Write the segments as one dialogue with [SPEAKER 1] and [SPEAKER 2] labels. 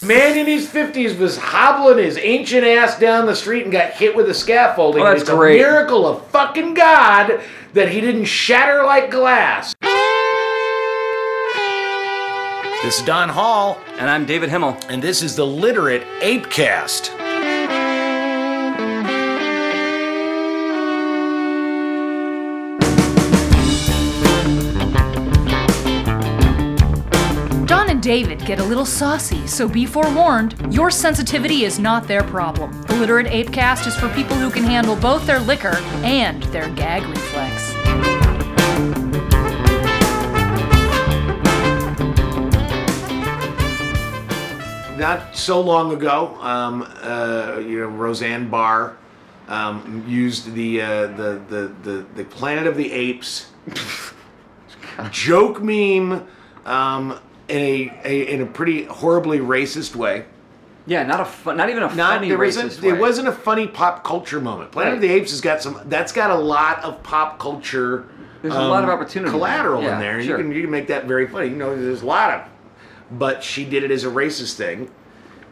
[SPEAKER 1] Man in his 50s was hobbling his ancient ass down the street and got hit with a scaffolding.
[SPEAKER 2] Oh, that's
[SPEAKER 1] it's
[SPEAKER 2] great.
[SPEAKER 1] a miracle of fucking God that he didn't shatter like glass. This is Don Hall,
[SPEAKER 2] And I'm David Himmel.
[SPEAKER 1] and this is the Literate Apecast.
[SPEAKER 3] Don and David get a little saucy, so be forewarned, your sensitivity is not their problem. The Literate Apecast is for people who can handle both their liquor and their gag reflex.
[SPEAKER 1] not so long ago, um, uh, you know, Roseanne Barr um, used the, uh, the, the the the Planet of the Apes joke meme um, in a, a in a pretty horribly racist way.
[SPEAKER 2] Yeah, not a fu- not even a
[SPEAKER 1] Not
[SPEAKER 2] funny
[SPEAKER 1] there
[SPEAKER 2] racist
[SPEAKER 1] wasn't
[SPEAKER 2] way.
[SPEAKER 1] it wasn't a funny pop culture moment. Planet of
[SPEAKER 2] Right.
[SPEAKER 1] the Apes has got some that's got a lot of pop culture. um,
[SPEAKER 2] There's a lot of opportunity.
[SPEAKER 1] Collateral
[SPEAKER 2] Yeah,
[SPEAKER 1] in there.
[SPEAKER 2] sure.
[SPEAKER 1] You can you can make that very funny. You know, there's a lot of, but she did it as a racist thing,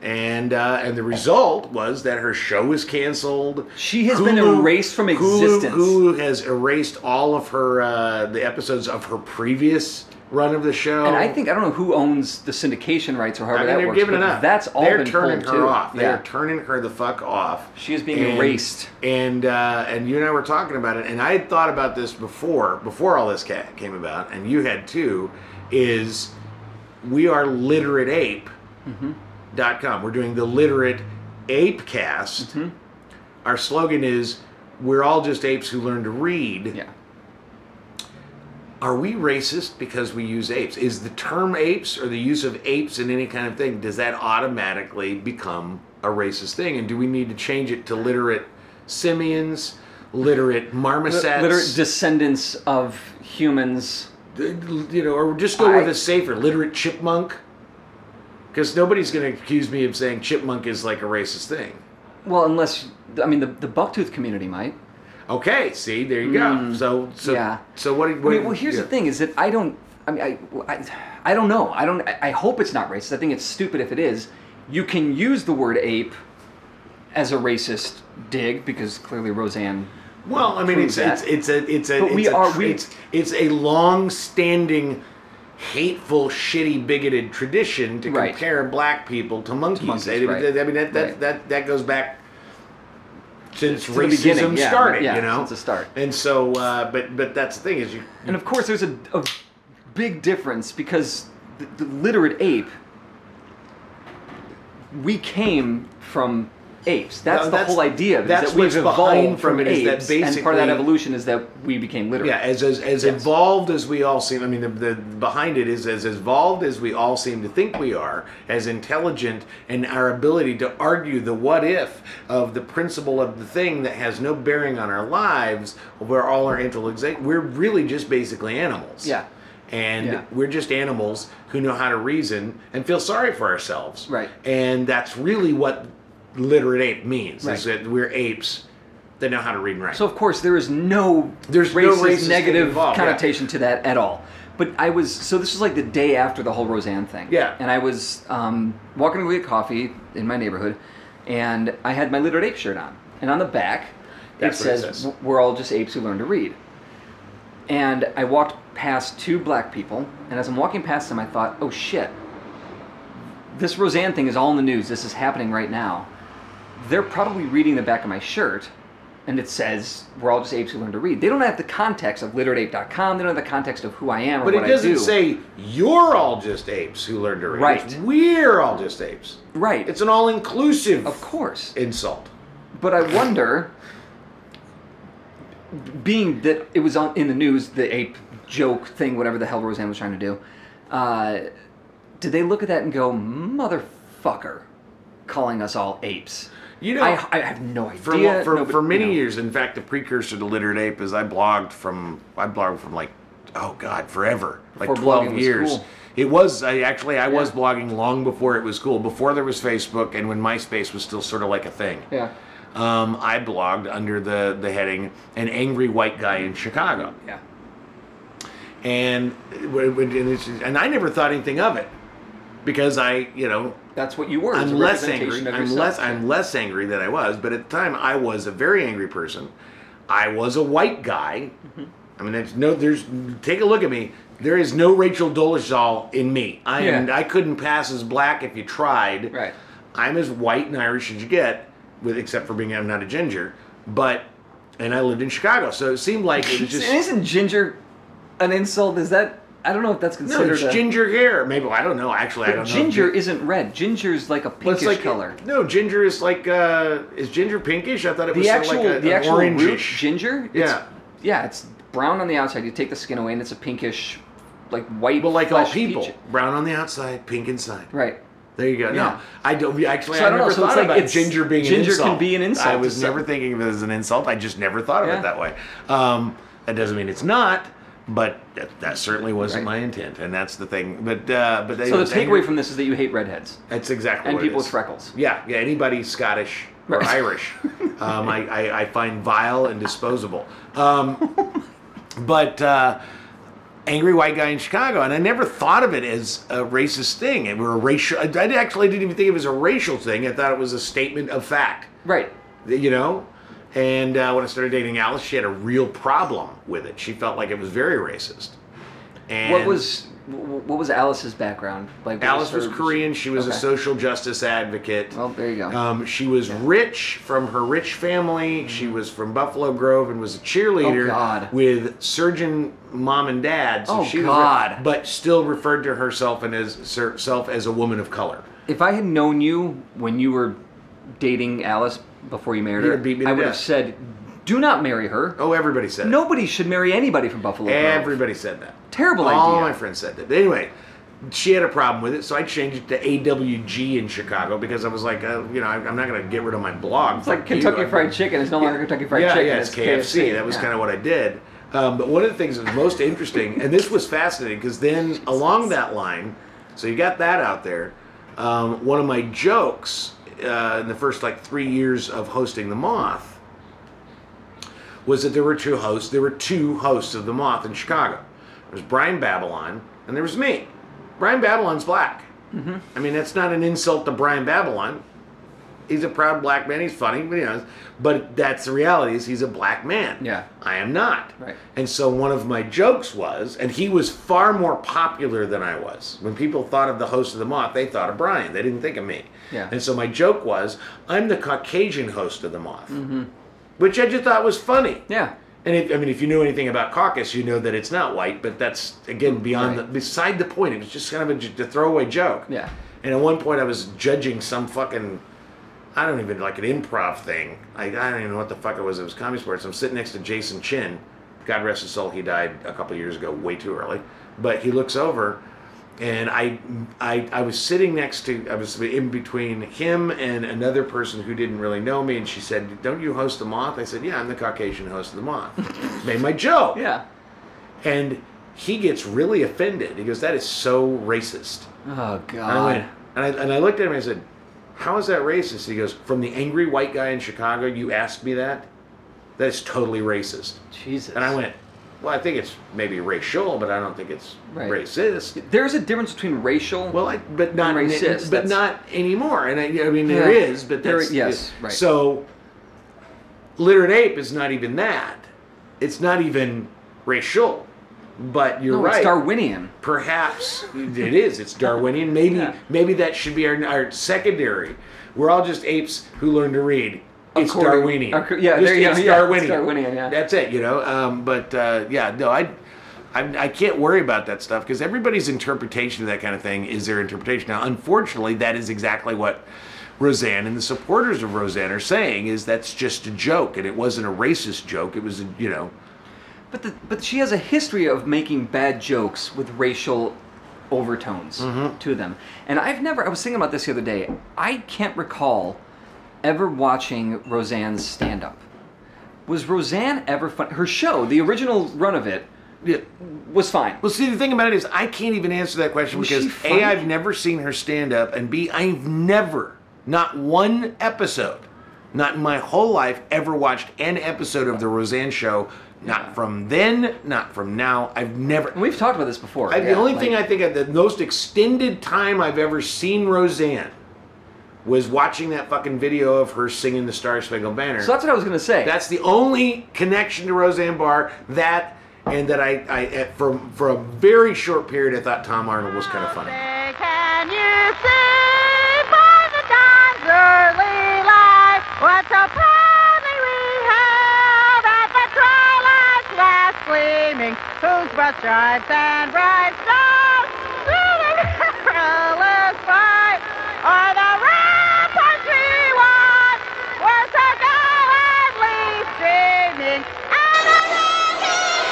[SPEAKER 1] and uh, and the result was that her show was canceled.
[SPEAKER 2] She has been erased from
[SPEAKER 1] Hulu-
[SPEAKER 2] existence.
[SPEAKER 1] Hulu has erased all of her uh, the episodes of her previous run of the show.
[SPEAKER 2] And I think I don't know who owns the syndication rights or
[SPEAKER 1] I
[SPEAKER 2] however
[SPEAKER 1] mean,
[SPEAKER 2] that
[SPEAKER 1] they're
[SPEAKER 2] works.
[SPEAKER 1] giving it
[SPEAKER 2] but
[SPEAKER 1] up.
[SPEAKER 2] That's all
[SPEAKER 1] They're
[SPEAKER 2] been
[SPEAKER 1] turning
[SPEAKER 2] pulled
[SPEAKER 1] her
[SPEAKER 2] too.
[SPEAKER 1] off.
[SPEAKER 2] Yeah.
[SPEAKER 1] They're turning her the fuck off.
[SPEAKER 2] She is being erased.
[SPEAKER 1] And uh, and you and I were talking about it, and I had thought about this before before all this ca- came about, and you had too. Is we are literate ape
[SPEAKER 2] Mm-hmm.
[SPEAKER 1] dot com. We're doing the literate ape cast.
[SPEAKER 2] Mm-hmm.
[SPEAKER 1] Our slogan is "We're all just apes who learn to read."
[SPEAKER 2] yeah.
[SPEAKER 1] Are we racist because we use apes? Is the term apes or the use of apes in any kind of thing, does that automatically become a racist thing? And do we need to change it to literate simians, literate marmosets?
[SPEAKER 2] Literate descendants of humans.
[SPEAKER 1] you know, or just go with
[SPEAKER 2] I-
[SPEAKER 1] a safer, literate chipmunk? Because nobody's going to accuse me of saying chipmunk is like a racist thing.
[SPEAKER 2] Well, unless I mean the the bucktooth community might.
[SPEAKER 1] Okay, see, there you go. so, so,
[SPEAKER 2] Mm. yeah.
[SPEAKER 1] so what?
[SPEAKER 2] I
[SPEAKER 1] what
[SPEAKER 2] mean, well, here's
[SPEAKER 1] yeah.
[SPEAKER 2] the thing: is that I don't. I mean, I, I, I don't know. I don't. I I hope it's not racist. I think it's stupid if it is. You can use the word ape as a racist dig because clearly Roseanne.
[SPEAKER 1] Well, I mean,
[SPEAKER 2] prove
[SPEAKER 1] it's
[SPEAKER 2] that.
[SPEAKER 1] it's, it's a it's a
[SPEAKER 2] But
[SPEAKER 1] it's
[SPEAKER 2] we
[SPEAKER 1] a,
[SPEAKER 2] are-
[SPEAKER 1] tr-
[SPEAKER 2] we-
[SPEAKER 1] it's, it's a long-standing, hateful, shitty, bigoted tradition to
[SPEAKER 2] Right.
[SPEAKER 1] compare black people to monkeys.
[SPEAKER 2] monkeys,
[SPEAKER 1] I,
[SPEAKER 2] right.
[SPEAKER 1] I mean, that that,
[SPEAKER 2] Right.
[SPEAKER 1] that that goes back since
[SPEAKER 2] To the beginning,
[SPEAKER 1] racism
[SPEAKER 2] yeah,
[SPEAKER 1] started.
[SPEAKER 2] yeah,
[SPEAKER 1] you know,
[SPEAKER 2] since the start.
[SPEAKER 1] And so, uh, but but that's the thing is you.
[SPEAKER 2] And of course, there's a, a big difference because the, the literate ape. We came from apes. That's
[SPEAKER 1] No,
[SPEAKER 2] the
[SPEAKER 1] that's-
[SPEAKER 2] whole idea. is
[SPEAKER 1] that's
[SPEAKER 2] that we've
[SPEAKER 1] what's behind
[SPEAKER 2] evolved
[SPEAKER 1] from
[SPEAKER 2] from,
[SPEAKER 1] it is that
[SPEAKER 2] apes, and part of that
[SPEAKER 1] basically-
[SPEAKER 2] evolution is that we became literate.
[SPEAKER 1] Yeah, as as, as
[SPEAKER 2] Yes.
[SPEAKER 1] evolved as we all seem. I mean, the, the behind it is as evolved as we all seem to think we are, as intelligent, and our ability to argue the what if of the principle of the thing that has no bearing on our lives, where all our intellect, we're really just basically animals.
[SPEAKER 2] Yeah.
[SPEAKER 1] And
[SPEAKER 2] Yeah.
[SPEAKER 1] we're just animals who know how to reason and feel sorry for ourselves.
[SPEAKER 2] Right.
[SPEAKER 1] And that's really what literate ape means is
[SPEAKER 2] Right.
[SPEAKER 1] that we're apes that know how to read and write.
[SPEAKER 2] So of course there is no
[SPEAKER 1] There's no
[SPEAKER 2] racist,
[SPEAKER 1] racist thing
[SPEAKER 2] negative
[SPEAKER 1] involved, yeah.
[SPEAKER 2] connotation to that at all. But I was so this was like the day after the whole Roseanne thing.
[SPEAKER 1] Yeah.
[SPEAKER 2] And I was um, walking away at coffee in my neighborhood, and I had my literate ape shirt on, and on the back
[SPEAKER 1] That's
[SPEAKER 2] it
[SPEAKER 1] what it
[SPEAKER 2] says,
[SPEAKER 1] says.
[SPEAKER 2] "We're all just apes who learn to read." And I walked past two black people, and as I'm walking past them, I thought, "Oh shit." This Roseanne thing is all in the news. This is happening right now they're probably reading the back of my shirt and it says we're all just apes who learn to read they don't have the context of literateape.com they don't have the context of who i am or
[SPEAKER 1] But
[SPEAKER 2] what
[SPEAKER 1] it doesn't
[SPEAKER 2] i do
[SPEAKER 1] say you're all just apes who learn to read.
[SPEAKER 2] Right.
[SPEAKER 1] It's we're all just apes.
[SPEAKER 2] right
[SPEAKER 1] It's an all-inclusive
[SPEAKER 2] of course
[SPEAKER 1] insult.
[SPEAKER 2] but i wonder being that it was on in the news the ape joke thing whatever the hell roseanne was trying to do uh, did they look at that and go motherfucker calling us all apes
[SPEAKER 1] You know,
[SPEAKER 2] I, I have no idea.
[SPEAKER 1] For, for,
[SPEAKER 2] no, but,
[SPEAKER 1] for many
[SPEAKER 2] you know.
[SPEAKER 1] years, in fact, the precursor to literate ape is I blogged from I blogged from like oh god forever like
[SPEAKER 2] Before blogging
[SPEAKER 1] twelve
[SPEAKER 2] was
[SPEAKER 1] years.
[SPEAKER 2] cool.
[SPEAKER 1] It was I actually I was
[SPEAKER 2] Yeah.
[SPEAKER 1] blogging long before it was cool before there was Facebook and when MySpace was still sort of like a thing.
[SPEAKER 2] Yeah.
[SPEAKER 1] Um, I blogged under the the heading "An Angry White Guy in Chicago."
[SPEAKER 2] Yeah.
[SPEAKER 1] and it would- it would- and it's- and I never thought anything of it. because I, you know,
[SPEAKER 2] That's what you were. is a
[SPEAKER 1] I'm less angry.
[SPEAKER 2] representation of
[SPEAKER 1] I'm
[SPEAKER 2] yourself.
[SPEAKER 1] less. I'm less angry than I was. But at the time, I was a very angry person. I was a white guy.
[SPEAKER 2] Mm-hmm.
[SPEAKER 1] I mean, there's no. There's take a look at me. There is no Rachel Dolezal in me. I am.
[SPEAKER 2] Yeah.
[SPEAKER 1] I couldn't pass as black if you tried.
[SPEAKER 2] Right.
[SPEAKER 1] I'm as white and Irish as you get, with except for being I'm not a ginger. But and I lived in Chicago, so it seemed like it was just.
[SPEAKER 2] Isn't ginger an insult? Is that I don't know if that's
[SPEAKER 1] No,
[SPEAKER 2] considered.
[SPEAKER 1] it's
[SPEAKER 2] a,
[SPEAKER 1] ginger hair. Maybe I don't know. Actually, I
[SPEAKER 2] But
[SPEAKER 1] don't know.
[SPEAKER 2] ginger isn't red. Ginger's like a
[SPEAKER 1] Well, it's
[SPEAKER 2] pinkish
[SPEAKER 1] like
[SPEAKER 2] color.
[SPEAKER 1] No, ginger is like uh, is ginger pinkish? I thought it was
[SPEAKER 2] The
[SPEAKER 1] sort
[SPEAKER 2] actual,
[SPEAKER 1] of like a,
[SPEAKER 2] the
[SPEAKER 1] an
[SPEAKER 2] actual root
[SPEAKER 1] orangish.
[SPEAKER 2] ginger. It's,
[SPEAKER 1] Yeah.
[SPEAKER 2] Yeah, it's brown on the outside. You take the skin away, and it's a pinkish, like white.
[SPEAKER 1] Well, like all
[SPEAKER 2] flesh
[SPEAKER 1] people,
[SPEAKER 2] peach.
[SPEAKER 1] brown on the outside, pink inside.
[SPEAKER 2] Right.
[SPEAKER 1] There you go.
[SPEAKER 2] Yeah.
[SPEAKER 1] No, I don't. Actually,
[SPEAKER 2] So
[SPEAKER 1] I,
[SPEAKER 2] I don't know,
[SPEAKER 1] never
[SPEAKER 2] so it's
[SPEAKER 1] thought
[SPEAKER 2] like
[SPEAKER 1] about
[SPEAKER 2] it's-
[SPEAKER 1] ginger being an
[SPEAKER 2] ginger
[SPEAKER 1] insult.
[SPEAKER 2] can be an insult
[SPEAKER 1] I
[SPEAKER 2] to
[SPEAKER 1] was
[SPEAKER 2] some-
[SPEAKER 1] never thinking of it as an insult. I just never thought of
[SPEAKER 2] Yeah.
[SPEAKER 1] it that way. Um, that doesn't mean it's not, but that, that certainly wasn't
[SPEAKER 2] Right.
[SPEAKER 1] my intent, and that's the thing. But uh, but they,
[SPEAKER 2] So the
[SPEAKER 1] angry-
[SPEAKER 2] takeaway from this is that you hate redheads
[SPEAKER 1] that's exactly
[SPEAKER 2] and
[SPEAKER 1] what it
[SPEAKER 2] people
[SPEAKER 1] is.
[SPEAKER 2] with freckles.
[SPEAKER 1] Yeah, yeah. Anybody Scottish or
[SPEAKER 2] Right.
[SPEAKER 1] Irish, um, I, I, I find vile and disposable. Um, but uh, angry white guy in Chicago, and I never thought of it as a racist thing. It were a racial. I, I actually didn't even think it was a racial thing. I thought it was a statement of fact.
[SPEAKER 2] Right.
[SPEAKER 1] You know. And uh, when I started dating Alice, she had a real problem with it. She felt like it was very racist. And
[SPEAKER 2] What was wh- wh- what was Alice's background? Like what
[SPEAKER 1] Alice was
[SPEAKER 2] her-
[SPEAKER 1] Korean. She was a
[SPEAKER 2] Okay.
[SPEAKER 1] social justice advocate.
[SPEAKER 2] Well, there you go.
[SPEAKER 1] Um, she was rich from her rich family. She was from Buffalo Grove and was a cheerleader
[SPEAKER 2] Mm-hmm. Oh, God.
[SPEAKER 1] with surgeon mom and dad. So
[SPEAKER 2] Oh,
[SPEAKER 1] she Was,
[SPEAKER 2] God.
[SPEAKER 1] but still referred to herself and as herself as a woman of color.
[SPEAKER 2] If I had known you when you were dating Alice before you married
[SPEAKER 1] You'd
[SPEAKER 2] her,
[SPEAKER 1] have beat me to
[SPEAKER 2] I would
[SPEAKER 1] death.
[SPEAKER 2] have said, "Do not marry her.
[SPEAKER 1] Oh, everybody said it.
[SPEAKER 2] Nobody should marry anybody from Buffalo." Grove."
[SPEAKER 1] Everybody said that.
[SPEAKER 2] Terrible
[SPEAKER 1] All
[SPEAKER 2] idea.
[SPEAKER 1] my friends said that. Anyway, she had a problem with it, so I changed it to AWG in Chicago because I was like, uh, you know, I, I'm not going to get rid of my blog.
[SPEAKER 2] It's like Kentucky Fried Chicken. It's no longer Kentucky Fried
[SPEAKER 1] yeah,
[SPEAKER 2] Chicken.
[SPEAKER 1] Yeah, it's KFC. That was kind of what I did. Um, but one of the things that was most interesting, and this was fascinating, because then along that line, so you got that out there. Um, one of my jokes uh, in the first like three years of hosting the Moth was that there were two hosts. There were two hosts of the Moth in Chicago. There was Brian Babylon, and there was me. Brian Babylon's black. I mean, that's not an insult to Brian Babylon he's a proud black man. He's funny, but, you know, but that's the reality is he's a black man.
[SPEAKER 2] Yeah.
[SPEAKER 1] I am not.
[SPEAKER 2] Right.
[SPEAKER 1] And so one of my jokes was, and he was far more popular than I was. When people thought of the host of the Moth, they thought of Brian. They didn't think of me.
[SPEAKER 2] Yeah.
[SPEAKER 1] And so my joke was, I'm the Caucasian host of the Moth,
[SPEAKER 2] Mm-hmm.
[SPEAKER 1] which I just thought was funny.
[SPEAKER 2] Yeah.
[SPEAKER 1] And if, I mean, if you knew anything about caucus, you know that it's not white. But that's again beyond
[SPEAKER 2] Right.
[SPEAKER 1] the beside the point. It was just kind of a, j- a throwaway joke.
[SPEAKER 2] Yeah.
[SPEAKER 1] And at one point, I was judging some fucking, I don't even like an improv thing. I, I don't even know what the fuck it was. It was comedy sports. I'm sitting next to Jason Chin. God rest his soul. He died a couple years ago, way too early. But he looks over, and I, I, I was sitting next to, I was in between him and another person who didn't really know me, and she said, "Don't you host the Moth?" I said, "Yeah, I'm the Caucasian host of the Moth." Made my joke.
[SPEAKER 2] Yeah.
[SPEAKER 1] And he gets really offended. He goes, "That is so racist."
[SPEAKER 2] Oh
[SPEAKER 1] And I,
[SPEAKER 2] God.
[SPEAKER 1] went, and, I, and I looked at him and I said, How is that racist? He goes, From the angry white guy in Chicago, you asked me that? That is totally racist.
[SPEAKER 2] Jesus.
[SPEAKER 1] And I went, Well, I think it's maybe racial, but I don't think it's
[SPEAKER 2] Right.
[SPEAKER 1] racist.
[SPEAKER 2] There's a difference between racial.
[SPEAKER 1] Well, I, but not
[SPEAKER 2] Racist,
[SPEAKER 1] but
[SPEAKER 2] that's-
[SPEAKER 1] not anymore. And I, I mean, there
[SPEAKER 2] Yeah.
[SPEAKER 1] is, but
[SPEAKER 2] There-
[SPEAKER 1] that's
[SPEAKER 2] yes, right.
[SPEAKER 1] So, literate ape is not even that. It's not even racial. But you're
[SPEAKER 2] no,
[SPEAKER 1] right
[SPEAKER 2] it's Darwinian.
[SPEAKER 1] perhaps it is it's darwinian maybe
[SPEAKER 2] Yeah.
[SPEAKER 1] maybe that should be our, our secondary we're all just apes who learn to read it's
[SPEAKER 2] According-
[SPEAKER 1] darwinian
[SPEAKER 2] acco- yeah,
[SPEAKER 1] Just
[SPEAKER 2] there you go.
[SPEAKER 1] it's
[SPEAKER 2] Yeah, it's
[SPEAKER 1] darwinian.
[SPEAKER 2] Darwinian, yeah.
[SPEAKER 1] that's it you know um, but uh, yeah no i I'm, I can't worry about that stuff because everybody's interpretation of that kind of thing is their interpretation. Now, unfortunately, that is exactly what Roseanne and the supporters of Roseanne are saying: is that's just a joke, and it wasn't a racist joke. It was, a, you know,
[SPEAKER 2] But the, but she has a history of making bad jokes with racial overtones
[SPEAKER 1] Mm-hmm.
[SPEAKER 2] to them. And I've never I was thinking about this the other day. I can't recall ever watching Roseanne's stand up. Was Roseanne ever fun her show, the original run of it,
[SPEAKER 1] yeah,
[SPEAKER 2] was fine.
[SPEAKER 1] Well, see, the thing about it is, I can't even answer that question
[SPEAKER 2] Was
[SPEAKER 1] because
[SPEAKER 2] she funny?
[SPEAKER 1] A, I've never seen her stand up, and B, I've never, not one episode, not in my whole life, ever watched an episode of The Roseanne Show Not from then, not from now. I've never.
[SPEAKER 2] And we've talked about this before.
[SPEAKER 1] I, the
[SPEAKER 2] yeah,
[SPEAKER 1] only
[SPEAKER 2] like-
[SPEAKER 1] thing I think of the most extended time I've ever seen Roseanne was watching that fucking video of her singing the Star Spangled Banner.
[SPEAKER 2] So that's what I was gonna say.
[SPEAKER 1] That's the only connection to Roseanne Barr that, and that I, I at- for for a very short period, I thought Tom Arnold was kind of funny.
[SPEAKER 4] Can you see by the dawn's early light what so proudly we hailed at the twilight's last gleaming, whose broad stripes and bright stars, leading the perilous fight, o'er the ramparts we watched, were so gallantly streaming, and the